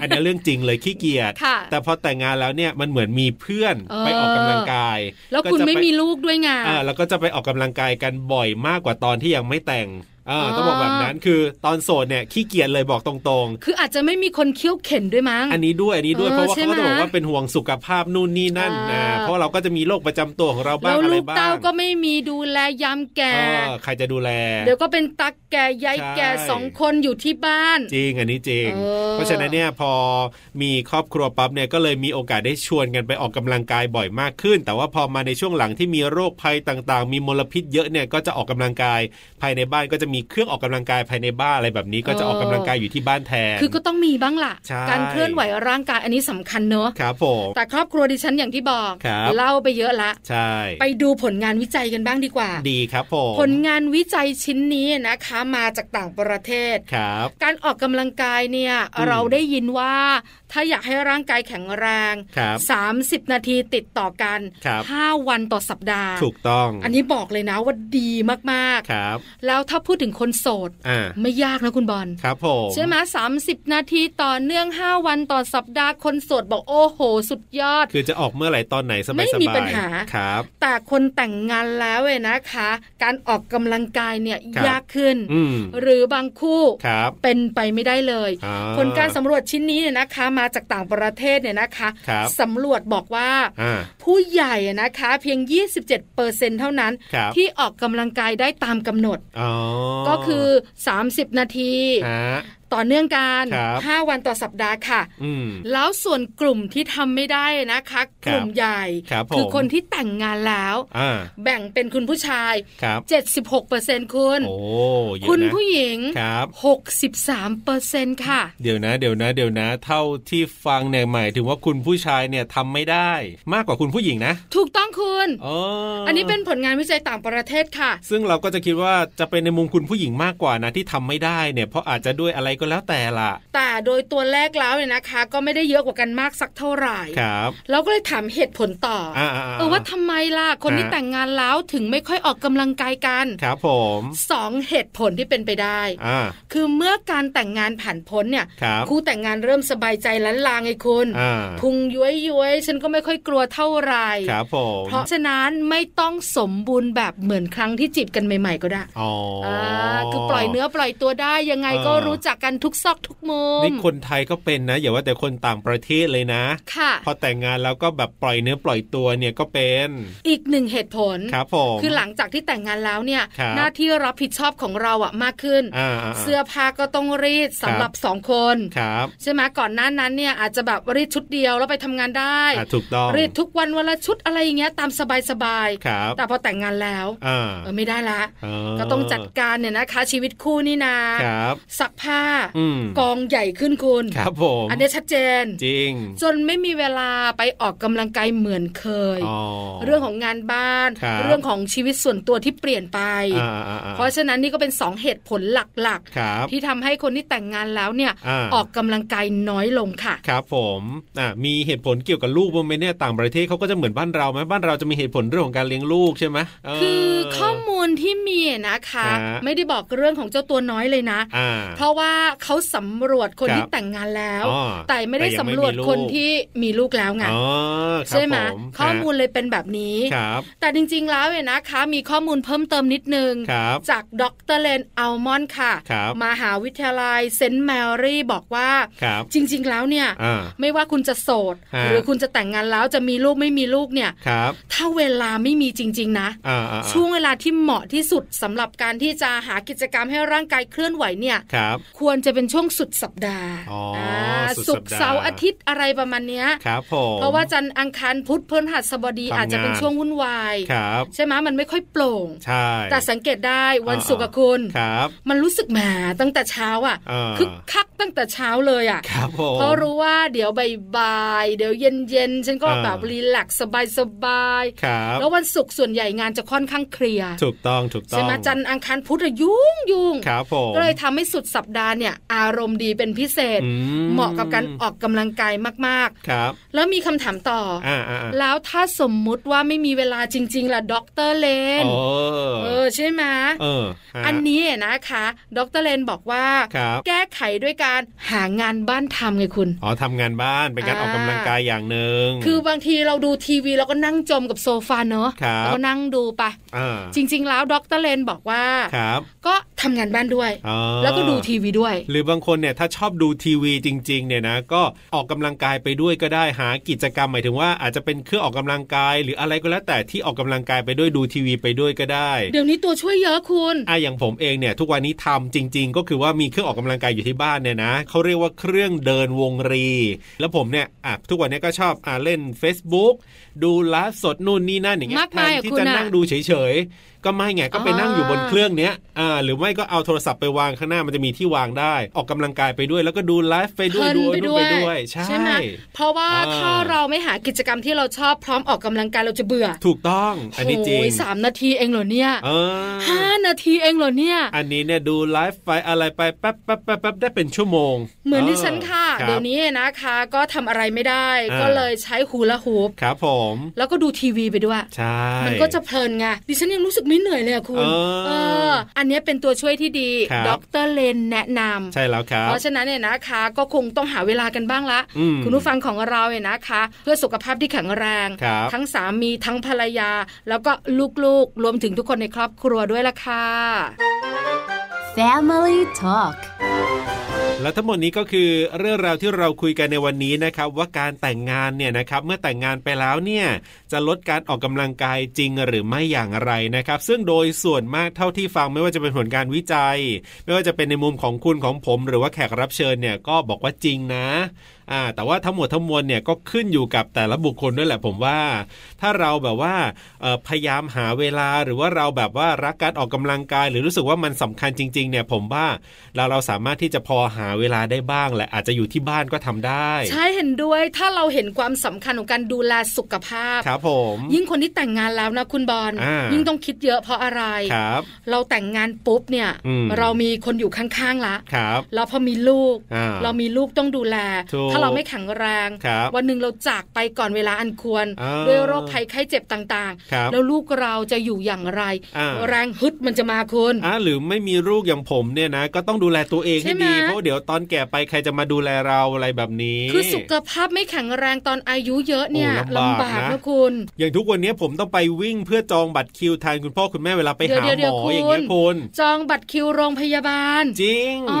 Speaker 2: อันนี้เรื่องจริงเลยขี้เกียจ
Speaker 1: ค่ะ
Speaker 2: แต่พอแต่งงานแล้วเนี่ยมันเหมือนมีเพื่อน
Speaker 1: เออ
Speaker 2: ไปออกกำลังกาย
Speaker 1: แล้วคุณ
Speaker 2: ก็จะป
Speaker 1: ไม่มีลูกด้วยไง
Speaker 2: อ่าแล้วก็จะไปออกกำลังกายกันบ่อยมากกว่าตอนที่ยังไม่แต่งอ่า
Speaker 1: อ๋อ
Speaker 2: ต้องบอกแบบนั้นคือตอนโสดเนี่ยขี้เกียจเลยบอกตรง
Speaker 1: คืออาจจะไม่มีคนเคี้ยวเข็นด้วยมั้ง
Speaker 2: ๆ อันนี้ด้วยอันนี้ด้วย
Speaker 1: เออ
Speaker 2: เพราะว่า
Speaker 1: ใช่
Speaker 2: เขา
Speaker 1: ไหม
Speaker 2: ก็จะบอกว่าเป็นห่วงสุขภาพนู่นนี่นั่น
Speaker 1: อ่า
Speaker 2: นะเพราะเราก็จะมีโรคประจำตัวของเราบ้า
Speaker 1: แล้
Speaker 2: ง
Speaker 1: ว
Speaker 2: อะไร
Speaker 1: ลูก
Speaker 2: บ้าง
Speaker 1: เต้าก็ไม่มีดูแลยามแก่
Speaker 2: เออใครจะดูแล
Speaker 1: เดี๋ยวก็เป็นตักแก่ยายแก่
Speaker 2: ใช่
Speaker 1: สองคนอยู่ที่บ้าน
Speaker 2: จริงอันนี้จริง
Speaker 1: เออ
Speaker 2: เพราะฉะนั้นเนี่ยพอมีครอบครัวปั๊บเนี่ยก็เลยมีโอกาสได้ชวนกันไปออกกำลังกายบ่อยมากขึ้น แต่ว่าพอมาในช่วงหลังที่มีโรคภัยต่างๆ มีมลพิษเยอะเนี่ยก็จะออกกำลังกาย ภายในบ้านก็จะมี มีเครื่องออกกำลังกายภายในบ้านอะไรแบบนี้ก็จะออกกำลังกายอยู่ที่บ้านแทน
Speaker 1: คือก็ต้องมีบ้างล่ะ
Speaker 2: ใช่
Speaker 1: การเคลื่อนไหวร่างกายอันนี้สำคัญเนอะ
Speaker 2: ครับผม
Speaker 1: แต่ครอบครัวดิฉันอย่างที่บอก
Speaker 2: ครับ
Speaker 1: เล่าไปเยอะละ
Speaker 2: ใช่
Speaker 1: ไปดูผลงานวิจัยกันบ้างดีกว่า
Speaker 2: ดีครับผม
Speaker 1: ผลงานวิจัยชิ้นนี้นะคะมาจากต่างประเทศ
Speaker 2: ครับ
Speaker 1: การออกกำลังกายเนี่ย
Speaker 2: อืม
Speaker 1: เราได้ยินว่า ถ้าอยากให้ร่างกายแข็งแรง
Speaker 2: ครับ
Speaker 1: 30 นาทีติดต่อกัน
Speaker 2: ครับ
Speaker 1: 5 วันต่อสัปดาห์
Speaker 2: ถูกต้อง
Speaker 1: อันนี้บอกเลยนะว่าดีมาก
Speaker 2: ครับ
Speaker 1: ๆ แล้วถ้าพูดถึงคนโสด
Speaker 2: อ่า
Speaker 1: ไม่ยากนะคุณบอล
Speaker 2: ครับผม
Speaker 1: เชื่อไหมสามสิบนาทีต่อเนื่อง 5 วันต่อสัปดาห์คนโสดบอกโอ้โห สุดยอด
Speaker 2: คือจะออกเมื่อไหร่ตอนไหนสบายๆ
Speaker 1: ไม่มีปัญหา
Speaker 2: ครับ
Speaker 1: แต่คนแต่งงานแล้วเว้ยนะคะ การออกกำลังกายเนี่ย
Speaker 2: ครับ
Speaker 1: ยากขึ้น
Speaker 2: อืม
Speaker 1: หรือบางคู่
Speaker 2: ครับ
Speaker 1: เป็นไปไม่ได้เลย
Speaker 2: อ่
Speaker 1: ผลการสำรวจชิ้นนี้เนี่ยนะคะ มาจากต่างประเทศเนี่ยนะคะ
Speaker 2: ครับ
Speaker 1: สำรวจบอกว่า
Speaker 2: อ่า
Speaker 1: ผู้ใหญ่อะนะคะเพียง 27%เท่านั้น
Speaker 2: ครับ
Speaker 1: ที่ออกกำลังกายได้ตามกำหนด
Speaker 2: อ๋อ
Speaker 1: ก็คือ 30 นาที
Speaker 2: ฮะ
Speaker 1: ต่อเนื่องกัน
Speaker 2: ครับ
Speaker 1: 5 วันต่อสัปดาห์ค่ะ
Speaker 2: อืม
Speaker 1: แล้วส่วนกลุ่มที่ทำไม่ได้นะคะกลุ่มใหญ่
Speaker 2: ครับผม
Speaker 1: อคนที่แต่งงานแล้ว
Speaker 2: อ่า
Speaker 1: แบ่งเป็นคุณผู้ชาย
Speaker 2: ครับ
Speaker 1: 76%คุณ
Speaker 2: โอ้เยอะนะ
Speaker 1: คุณผู้หญิง
Speaker 2: ครับ
Speaker 1: 63%ค่ะ
Speaker 2: เดี๋ยวนะ เดี๋ยวนะ เดี๋ยวนะ เท่าที่ฟังเนี่ยหมายถึงว่าคุณผู้ชายเนี่ยทำไม่ได้ มากกว่าคุณผู้หญิงนะ
Speaker 1: ถูกต้องคุณ
Speaker 2: อ๋อ
Speaker 1: อั
Speaker 2: อั
Speaker 1: นนี้เป็นผลงานวิจัยต่างประเทศค่ะ
Speaker 2: ซึ่งเราก็จะคิดว่าจะเป็นในมุมคุณผู้หญิงมากกว่านะที่ทำไม่ได้เนี่ย เพราะอาจจะด้วยอะไรก็แล้วแต่ล่ะ
Speaker 1: แต่โดยตัวแรกแล้วเนี่ยนะคะ ก็ไม่ได้เยอะกว่ากันมากสักเท่าไหร่
Speaker 2: ครับ
Speaker 1: เราก็เลยถามเหตุผลต่ออา
Speaker 2: ๆๆ
Speaker 1: เออว่าทำไมล่ะ คนที่
Speaker 2: ฮะ
Speaker 1: แต่งงานแล้วถึงไม่ค่อยออกกำลังกายกัน
Speaker 2: ครับผม
Speaker 1: สองเหตุผลที่เป็นไปได้
Speaker 2: อ่า
Speaker 1: คือเมื่อการแต่งงานผ่านพ้นเนี่ย
Speaker 2: ครับ
Speaker 1: คู่แต่งงานเริ่มสบายใจล้านลางไงคุณ
Speaker 2: อ่า
Speaker 1: พุงย้วยย้วยๆฉันก็ไม่ค่อยกลัวเท่าไหร่
Speaker 2: ครับผม
Speaker 1: เพราะฉะนั้นไม่ต้องสมบูรณ์แบบเหมือนครั้งที่จีบกันใหม่ ๆ ก็ได้
Speaker 2: อ๋ออ
Speaker 1: าคือปล่อยเนื้อปล่อยตัวได้ยังไงก็
Speaker 2: เออ
Speaker 1: รู้จักกันทุกซอกทุกมุ
Speaker 2: นี่
Speaker 1: ม
Speaker 2: คนไทยก็เป็นนะอย่าว่าแต่คนต่างประเทศเลยนะ
Speaker 1: ค่ะ
Speaker 2: พอแต่งงานแล้วก็แบบปล่อยเนื้อปล่อยตัวเนี่ยก็เป็น
Speaker 1: อีกหนึ่งเหตุผล
Speaker 2: ครับผม
Speaker 1: คือหลังจากที่แต่งงานแล้วเนี่ย
Speaker 2: ครับ
Speaker 1: หน้าที่รับผิดชอบของเราอะมากขึ้น
Speaker 2: อ่าๆๆ
Speaker 1: เสื้อผ้าก็ต้องรีดสำหรับ
Speaker 2: ครับ
Speaker 1: สองคน
Speaker 2: ครับ
Speaker 1: ใช่ไหมก่อนหน้านั้นเนี่ยอาจจะแบบรีดชุดเดียวแล้วไปทำงานได้
Speaker 2: อ่ะถูกต้อง
Speaker 1: รีดทุกวันวันละชุดอะไรอย่างเงี้ยตามสบายสบายๆ
Speaker 2: ครับ
Speaker 1: แต่พอแต่งงานแล้ว
Speaker 2: อ่า
Speaker 1: เออไม่ได้ละ
Speaker 2: เอ
Speaker 1: ก็ต้องจัดการเนี่ยนะคะ ชีวิตคู่นี่นา
Speaker 2: ครับ
Speaker 1: ซักผ้า
Speaker 2: อืม
Speaker 1: กองใหญ่ขึ้นคุณ
Speaker 2: ครับผม
Speaker 1: อันเนี้ยชัดเจน
Speaker 2: จริง
Speaker 1: จนไม่มีเวลาไปออกกำลังกายเหมือนเคย
Speaker 2: อ๋อ
Speaker 1: เรื่องของงานบ้าน
Speaker 2: ครับ
Speaker 1: เรื่องของชีวิตส่วนตัวที่เปลี่ยนไป
Speaker 2: อ่าๆๆ
Speaker 1: เพราะฉะนั้นนี่ก็เป็นสองเหตุผลหลัก
Speaker 2: ครับ
Speaker 1: ๆ ที่ทำให้คนที่แต่งงานแล้วเนี่ย
Speaker 2: อ่า
Speaker 1: ออกกำลังกายน้อยลงค่ะ
Speaker 2: ครับผมอ่ะมีเหตุผลเกี่ยวกับลูกบ้างไหมเนี่ยต่างประเทศเขาก็จะเหมือนบ้านเราไหมบ้านเราจะมีเหตุผลเรื่องของการเลี้ยงลูกใช่ไหมเ
Speaker 1: คือข้อมูลที่มีนะคะ
Speaker 2: ฮะ
Speaker 1: ไม่ได้บอกเรื่องของเจ้าตัวน้อยเลยนะ
Speaker 2: อ่า
Speaker 1: เพราะว่าเขาสำรวจคน
Speaker 2: ครับ
Speaker 1: ที่แต่งงานแล้ว
Speaker 2: อ๋อ
Speaker 1: แต่ไม่ได้
Speaker 2: แต่ยังไม่
Speaker 1: สำรวจ
Speaker 2: มีลูก
Speaker 1: คนที่มีลูกแล้วไง
Speaker 2: อ๋อครับ
Speaker 1: ใช่ไหม
Speaker 2: ผ
Speaker 1: ข้อมูล
Speaker 2: ฮะ
Speaker 1: เลยเป็นแบบนี้
Speaker 2: ครับ
Speaker 1: แต่จริงๆแล้วเนี่ยนะคะ มีข้อมูลเพิ่มเติมนิดนึง
Speaker 2: ครับ
Speaker 1: จากดรเลนอัลมอนด์ค่ะ
Speaker 2: ครับ
Speaker 1: มหาวิทยาลัยเซนต์แมรี่บอกว่า
Speaker 2: ครับ
Speaker 1: จริงๆแล้วเนี่ย
Speaker 2: อ่า
Speaker 1: ไม่ว่าคุณจะโสด
Speaker 2: ฮะ
Speaker 1: หรือคุณจะแต่งงานแล้วจะมีลูกไม่มีลูกเนี่ย
Speaker 2: ครับ
Speaker 1: ถ้าเวลาไม่มีจริง ๆ นะ
Speaker 2: อ่าอ่า
Speaker 1: ช่วงเวลาที่เหมาะที่สุดสำหรับการที่จะหากิจกรรมให้ร่างกายเคลื่อนไหวเนี่ย
Speaker 2: ครับ
Speaker 1: ควรจะเป็นช่วงสุดสัปดาห์
Speaker 2: อ๋ออ่
Speaker 1: าศุ
Speaker 2: สุดสัป
Speaker 1: กร์
Speaker 2: ดาห์
Speaker 1: เสาร์อาทิตย์อะไรประมาณเนี้ย
Speaker 2: ครับผม
Speaker 1: เพราะว่าจันทร์อังคารพุธพฤหัสบดี
Speaker 2: ทำงาน
Speaker 1: อาจจะเป็นช่วงวุ่นวาย
Speaker 2: ครับ
Speaker 1: ใช่ไหมมันไม่ค่อยโปร่ง
Speaker 2: ใช่
Speaker 1: แต่สังเกตได้วันศุกร์อะ
Speaker 2: อ่า
Speaker 1: คุณ
Speaker 2: ครับ
Speaker 1: มันรู้สึกแหมตั้งแต่เช้าอะ
Speaker 2: เออ
Speaker 1: คึกคักตั้งแต่เช้าเลยอะ
Speaker 2: ครับผม
Speaker 1: เพราะรู้ว่าเดี๋ยวบ่ายๆเดี๋ยวเย็นๆ ฉันก็
Speaker 2: อ่า
Speaker 1: แบบรีแลกซ์สบาย
Speaker 2: ครับ
Speaker 1: ๆ แล้ววันศุกร์ส่วนใหญ่งานจะค่อนข้างเคลียร์
Speaker 2: ถูกต้องถูกต้
Speaker 1: ใช่
Speaker 2: อง
Speaker 1: ไหมจันทร์อังคารพุธอะยุ่งยุ่งๆ
Speaker 2: ครับผม
Speaker 1: ก็เลยทำให้สุดสัปดาห์เนี่ย อารมณ์ดีเป็นพิเศษ
Speaker 2: อืม
Speaker 1: เหมาะกับการออกกำลังกายมาก
Speaker 2: ครับ
Speaker 1: ๆ แล้วมีคำถามต่ออ
Speaker 2: อ่าอ่าอ่า
Speaker 1: แล้วถ้าสมมุติว่าไม่มีเวลาจริง ๆ ล่ะด็อกเตอร์เลน
Speaker 2: โอ้
Speaker 1: เออใช่ไหม
Speaker 2: เออฮะ
Speaker 1: อันนี้นะคะด็อกเตอร์เลนบอกว่า
Speaker 2: ครับ
Speaker 1: แก้ไขด้วยการหางานบ้านทำไงคุณ
Speaker 2: อ๋อทำงานบ้านเป็นการ
Speaker 1: อ่า
Speaker 2: ออกกำลังกายอย่างหนึ่ง
Speaker 1: คือบางทีเราดูทีวีเราก็นั่งจมกับโซฟาเนอะ
Speaker 2: ครับ
Speaker 1: เราก็นั่งดูไป
Speaker 2: อ่า
Speaker 1: จริง ๆ แล้วดรเลนบอกว่า
Speaker 2: ครับ
Speaker 1: ก็ทำงานบ้านด้วย
Speaker 2: อ๋อ
Speaker 1: แล้วก็ดูทีวีด้วย
Speaker 2: หรือบางคนเนี่ยถ้าชอบดูทีวีจริง ๆ เนี่ยนะ ก็ออกกำลังกายไปด้วยก็ได้หากิจกรรมหมายถึงว่าอาจจะเป็นเครื่องออกกำลังกาย หรืออะไรก็แล้วแต่ที่ออกกำลังกายไปด้วยดูทีวีไปด้วยก็ได้
Speaker 1: เดี๋ยวนี้ตัวช่วยเยอะคุณ
Speaker 2: อ่ะอย่างผมเองเนี่ยทุกวันนี้ทำจริง ๆ ก็คือว่ามีเครื่องออกกำลังกายอยู่ที่บ้านเนี่ยนะเขาเรียกว่าเครื่องเดินวงรี แล้วผมเนี่ยอ่ะทุกวันนี้ก็ชอบอ่ะเล่น Facebook ดูไลฟ์สดนู่นนี่นั่นอย่างเงี้ย
Speaker 1: มากมายอ่ะ
Speaker 2: แทนที่
Speaker 1: คุณ
Speaker 2: จะ
Speaker 1: อ่ะ
Speaker 2: นั่งดูเฉยๆ ก็ไม่ไงก็ไปนั่งอยู่บนเครื่องเนี้ยอ่าหรือไม่ก็เอาโทรศัพท์ไปวางข้างหน้ามันจะมีที่วางได้ ออกกำลังกายไปด้วย แล้วก็ดูไลฟ์ไปด้วย ดู
Speaker 1: เพลินไป
Speaker 2: ดู
Speaker 1: ด้วย
Speaker 2: ไปด้วย ใช่
Speaker 1: ใช่ไหมเพราะว่า
Speaker 2: อ่า
Speaker 1: ถ้าเราไม่หากิจกรรมที่เราชอบพร้อมออกกำลังกายเราจะเบื่อ
Speaker 2: ถูกต้องอันนี้จริง
Speaker 1: โอ้ยสามนาทีเองเหรอเนี่ย
Speaker 2: เออ
Speaker 1: ห้านาทีเองเหรอเนี่ย
Speaker 2: อันนี้เนี่ยดูไลฟ์ไปอะไรไปแป๊บแป๊บแป๊บแป๊บได้เป็นชั่วโมง
Speaker 1: เหมือนดิฉันค่ะ
Speaker 2: รับ
Speaker 1: เดี๋ยวนี้นะคะ ก็ทำอะไรไม่ได้
Speaker 2: อ่า
Speaker 1: ก็เลยใช้หูละหูป
Speaker 2: ครับผม
Speaker 1: แล้วก็ดูทีวีไปด้วย
Speaker 2: ใช่
Speaker 1: มันก็จะเพลินไงดิฉันยังรู้สึกไม่เหนื่อยเลยอะคุณ
Speaker 2: เออ
Speaker 1: ออันเนี้ยเป็นตัวช่วยที่ดี
Speaker 2: ครับ
Speaker 1: ดรเลนแนะนำ
Speaker 2: ใช่แล้วครับ
Speaker 1: เพราะฉะนั้นเนี่ยนะคะ ก็คงต้องหาเวลากันบ้างละ
Speaker 2: อืม
Speaker 1: คุณผู้ฟังของเราเนี่ยนะคะ เพื่อสุขภาพที่แข็งแรง
Speaker 2: ครับ
Speaker 1: ทั้งสามีทั้งภรรยา แล้วก็ลูกๆ รวมถึงทุกคนในครอบครัวด้วยล่ะค่ะ
Speaker 4: Family Talk
Speaker 2: และทั้งหมดนี้ก็คือเรื่องราวที่เราคุยกันในวันนี้นะครับว่าการแต่งงานเนี่ยนะครับเมื่อแต่งงานไปแล้วเนี่ยจะลดการออกกำลังกายจริงหรือไม่อย่างไรนะครับ ซึ่งโดยส่วนมากเท่าที่ฟังไม่ว่าจะเป็นผลการวิจัย ไม่ว่าจะเป็นในมุมของคุณของผม หรือว่าแขกรับเชิญเนี่ยก็บอกว่าจริงนะอ่าแต่ว่าทั้งหมดทั้งมวลเนี่ยก็ขึ้นอยู่กับแต่ละบุคคลด้วยแหละผมว่า ถ้าเราแบบว่าเอ่อพยายามหาเวลาหรือว่าเราแบบว่ารักการออกกำลังกาย หรือรู้สึกว่ามันสำคัญจริงๆเนี่ยผมว่าเราเราสามารถที่จะพอหาเวลาได้บ้างแหละอาจจะอยู่ที่บ้านก็ทำได้
Speaker 1: ใช่เห็นด้วยถ้าเราเห็นความสำคัญของการดูแลสุขภาพ
Speaker 2: ครับผม
Speaker 1: ยิ่งคนที่แต่งงานแล้วนะคุณบอล
Speaker 2: อ่ายิ่
Speaker 1: ยิ่งต้องคิดเยอะเพราะอะไร
Speaker 2: ครับ
Speaker 1: เราแต่งงานปุ๊บเนี่ย
Speaker 2: อืม
Speaker 1: เรามีคนอยู่ข้างๆละ
Speaker 2: ครับ
Speaker 1: แล้วพอมีลูก
Speaker 2: อ่า
Speaker 1: เรามีลูกต้องดูแล
Speaker 2: ถูก
Speaker 1: ถ้าเราไม่แข็งแรง
Speaker 2: ครับ
Speaker 1: วันหนึ่งเราจากไปก่อนเวลาอันควร
Speaker 2: อ่า
Speaker 1: ด้วยโรคภัยไข้เจ็บต่าง
Speaker 2: ครับ
Speaker 1: ๆ แล้วลูกเราจะอยู่อย่างไร
Speaker 2: อ่า
Speaker 1: แรงฮึดมันจะมาคุณ
Speaker 2: อ่ะหรือไม่มีลูกอย่างผมเนี่ยนะ ก็ต้องดูแลตัวเองให้ดี
Speaker 1: ใช่ไหม
Speaker 2: เพราะเดี๋ยวตอนแก่ไปใครจะมาดูแลเราอะไรแบบนี้
Speaker 1: คือสุขภาพไม่แข็งแรงตอนอายุเยอะเนี่ย
Speaker 2: โอ้ลำบา
Speaker 1: ลำบา
Speaker 2: ก
Speaker 1: ก
Speaker 2: นะ
Speaker 1: นะคุณ
Speaker 2: อย่างทุกวันนี้ผมต้องไปวิ่งเพื่อจองบัตรคิวแทนคุณพ่อคุณแม่เวลาไป
Speaker 1: เดี๋ยว
Speaker 2: หา
Speaker 1: เดี๋
Speaker 2: หม
Speaker 1: ยว
Speaker 2: อ
Speaker 1: คุณ
Speaker 2: อย่างเงี้ยคุณ
Speaker 1: จองบัตรคิวโรงพยาบาล
Speaker 2: จริง
Speaker 1: อ๋อ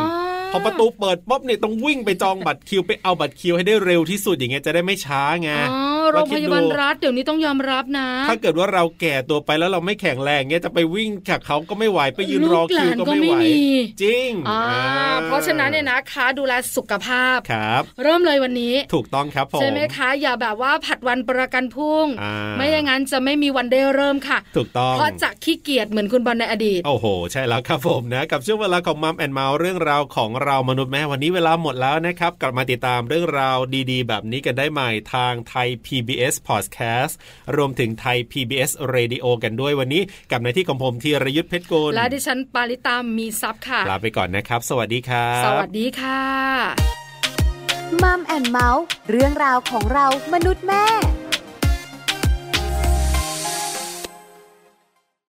Speaker 2: พอประตูเปิดปุ๊บเนี่ยต้องวิ่งไปจองบัตรคิวไปเอาบัตรคิวให้ได้เร็วที่สุดอย่างเงี้ยจะได้ไม่ช้าไง
Speaker 1: อ๋อโรงพยาบาลรัฐเดี๋ยวนี้ต้องยอมรับนะ
Speaker 2: ถ้าเกิดว่าเราแก่ตัวไปแล้วเราไม่แข็งแรงเงี้ยจะไปวิ่งจากเขาก็ไม่ไหวไปยืนรอคิวก็ไม่ไห
Speaker 1: ลูกหลานก็
Speaker 2: ว
Speaker 1: ไม่มี
Speaker 2: จริง
Speaker 1: อ่า
Speaker 2: อ่
Speaker 1: เพราะฉะนั้นเนี่ยนะคะดูแลสุขภาพ
Speaker 2: ครับ
Speaker 1: เริ่มเลยวันนี้
Speaker 2: ถูกต้องครับผม
Speaker 1: ใช่ไหมคะ อย่าแบบว่าผัดวันประกันพรุ่ง
Speaker 2: อ่า
Speaker 1: ไม่อย่างนั้นจะไม่มีวันได้เริ่มค่ะ
Speaker 2: ถูกต้อง
Speaker 1: เพราะจะขี้เกียจเหมือนคุณบอลในอดีต
Speaker 2: โอ้โห ใช่แล้วครับผมนะ กับช่วงเวลาของมัมแอนเมาส์เรื่องราวของเรามนุษย์แม่วันนี้เวลาหมดแล้วนะครับ กลับมาติดตามเรื่องราวดีๆ แบบนี้กันได้ใหม่ทางไทย PBS Podcast รวมถึงไทย PBS Radio กันด้วยวันนี้ กับในที่ของผมธีรยุทธเพชรกุล
Speaker 1: และดิฉันปาริตามีซับค่ะ
Speaker 2: ลาไปก่อนนะครับ สวัสดีครับ
Speaker 1: สวัสดีค่ะ
Speaker 7: มัมแอนเมาส์เรื่องราวของเรามนุษย์แม่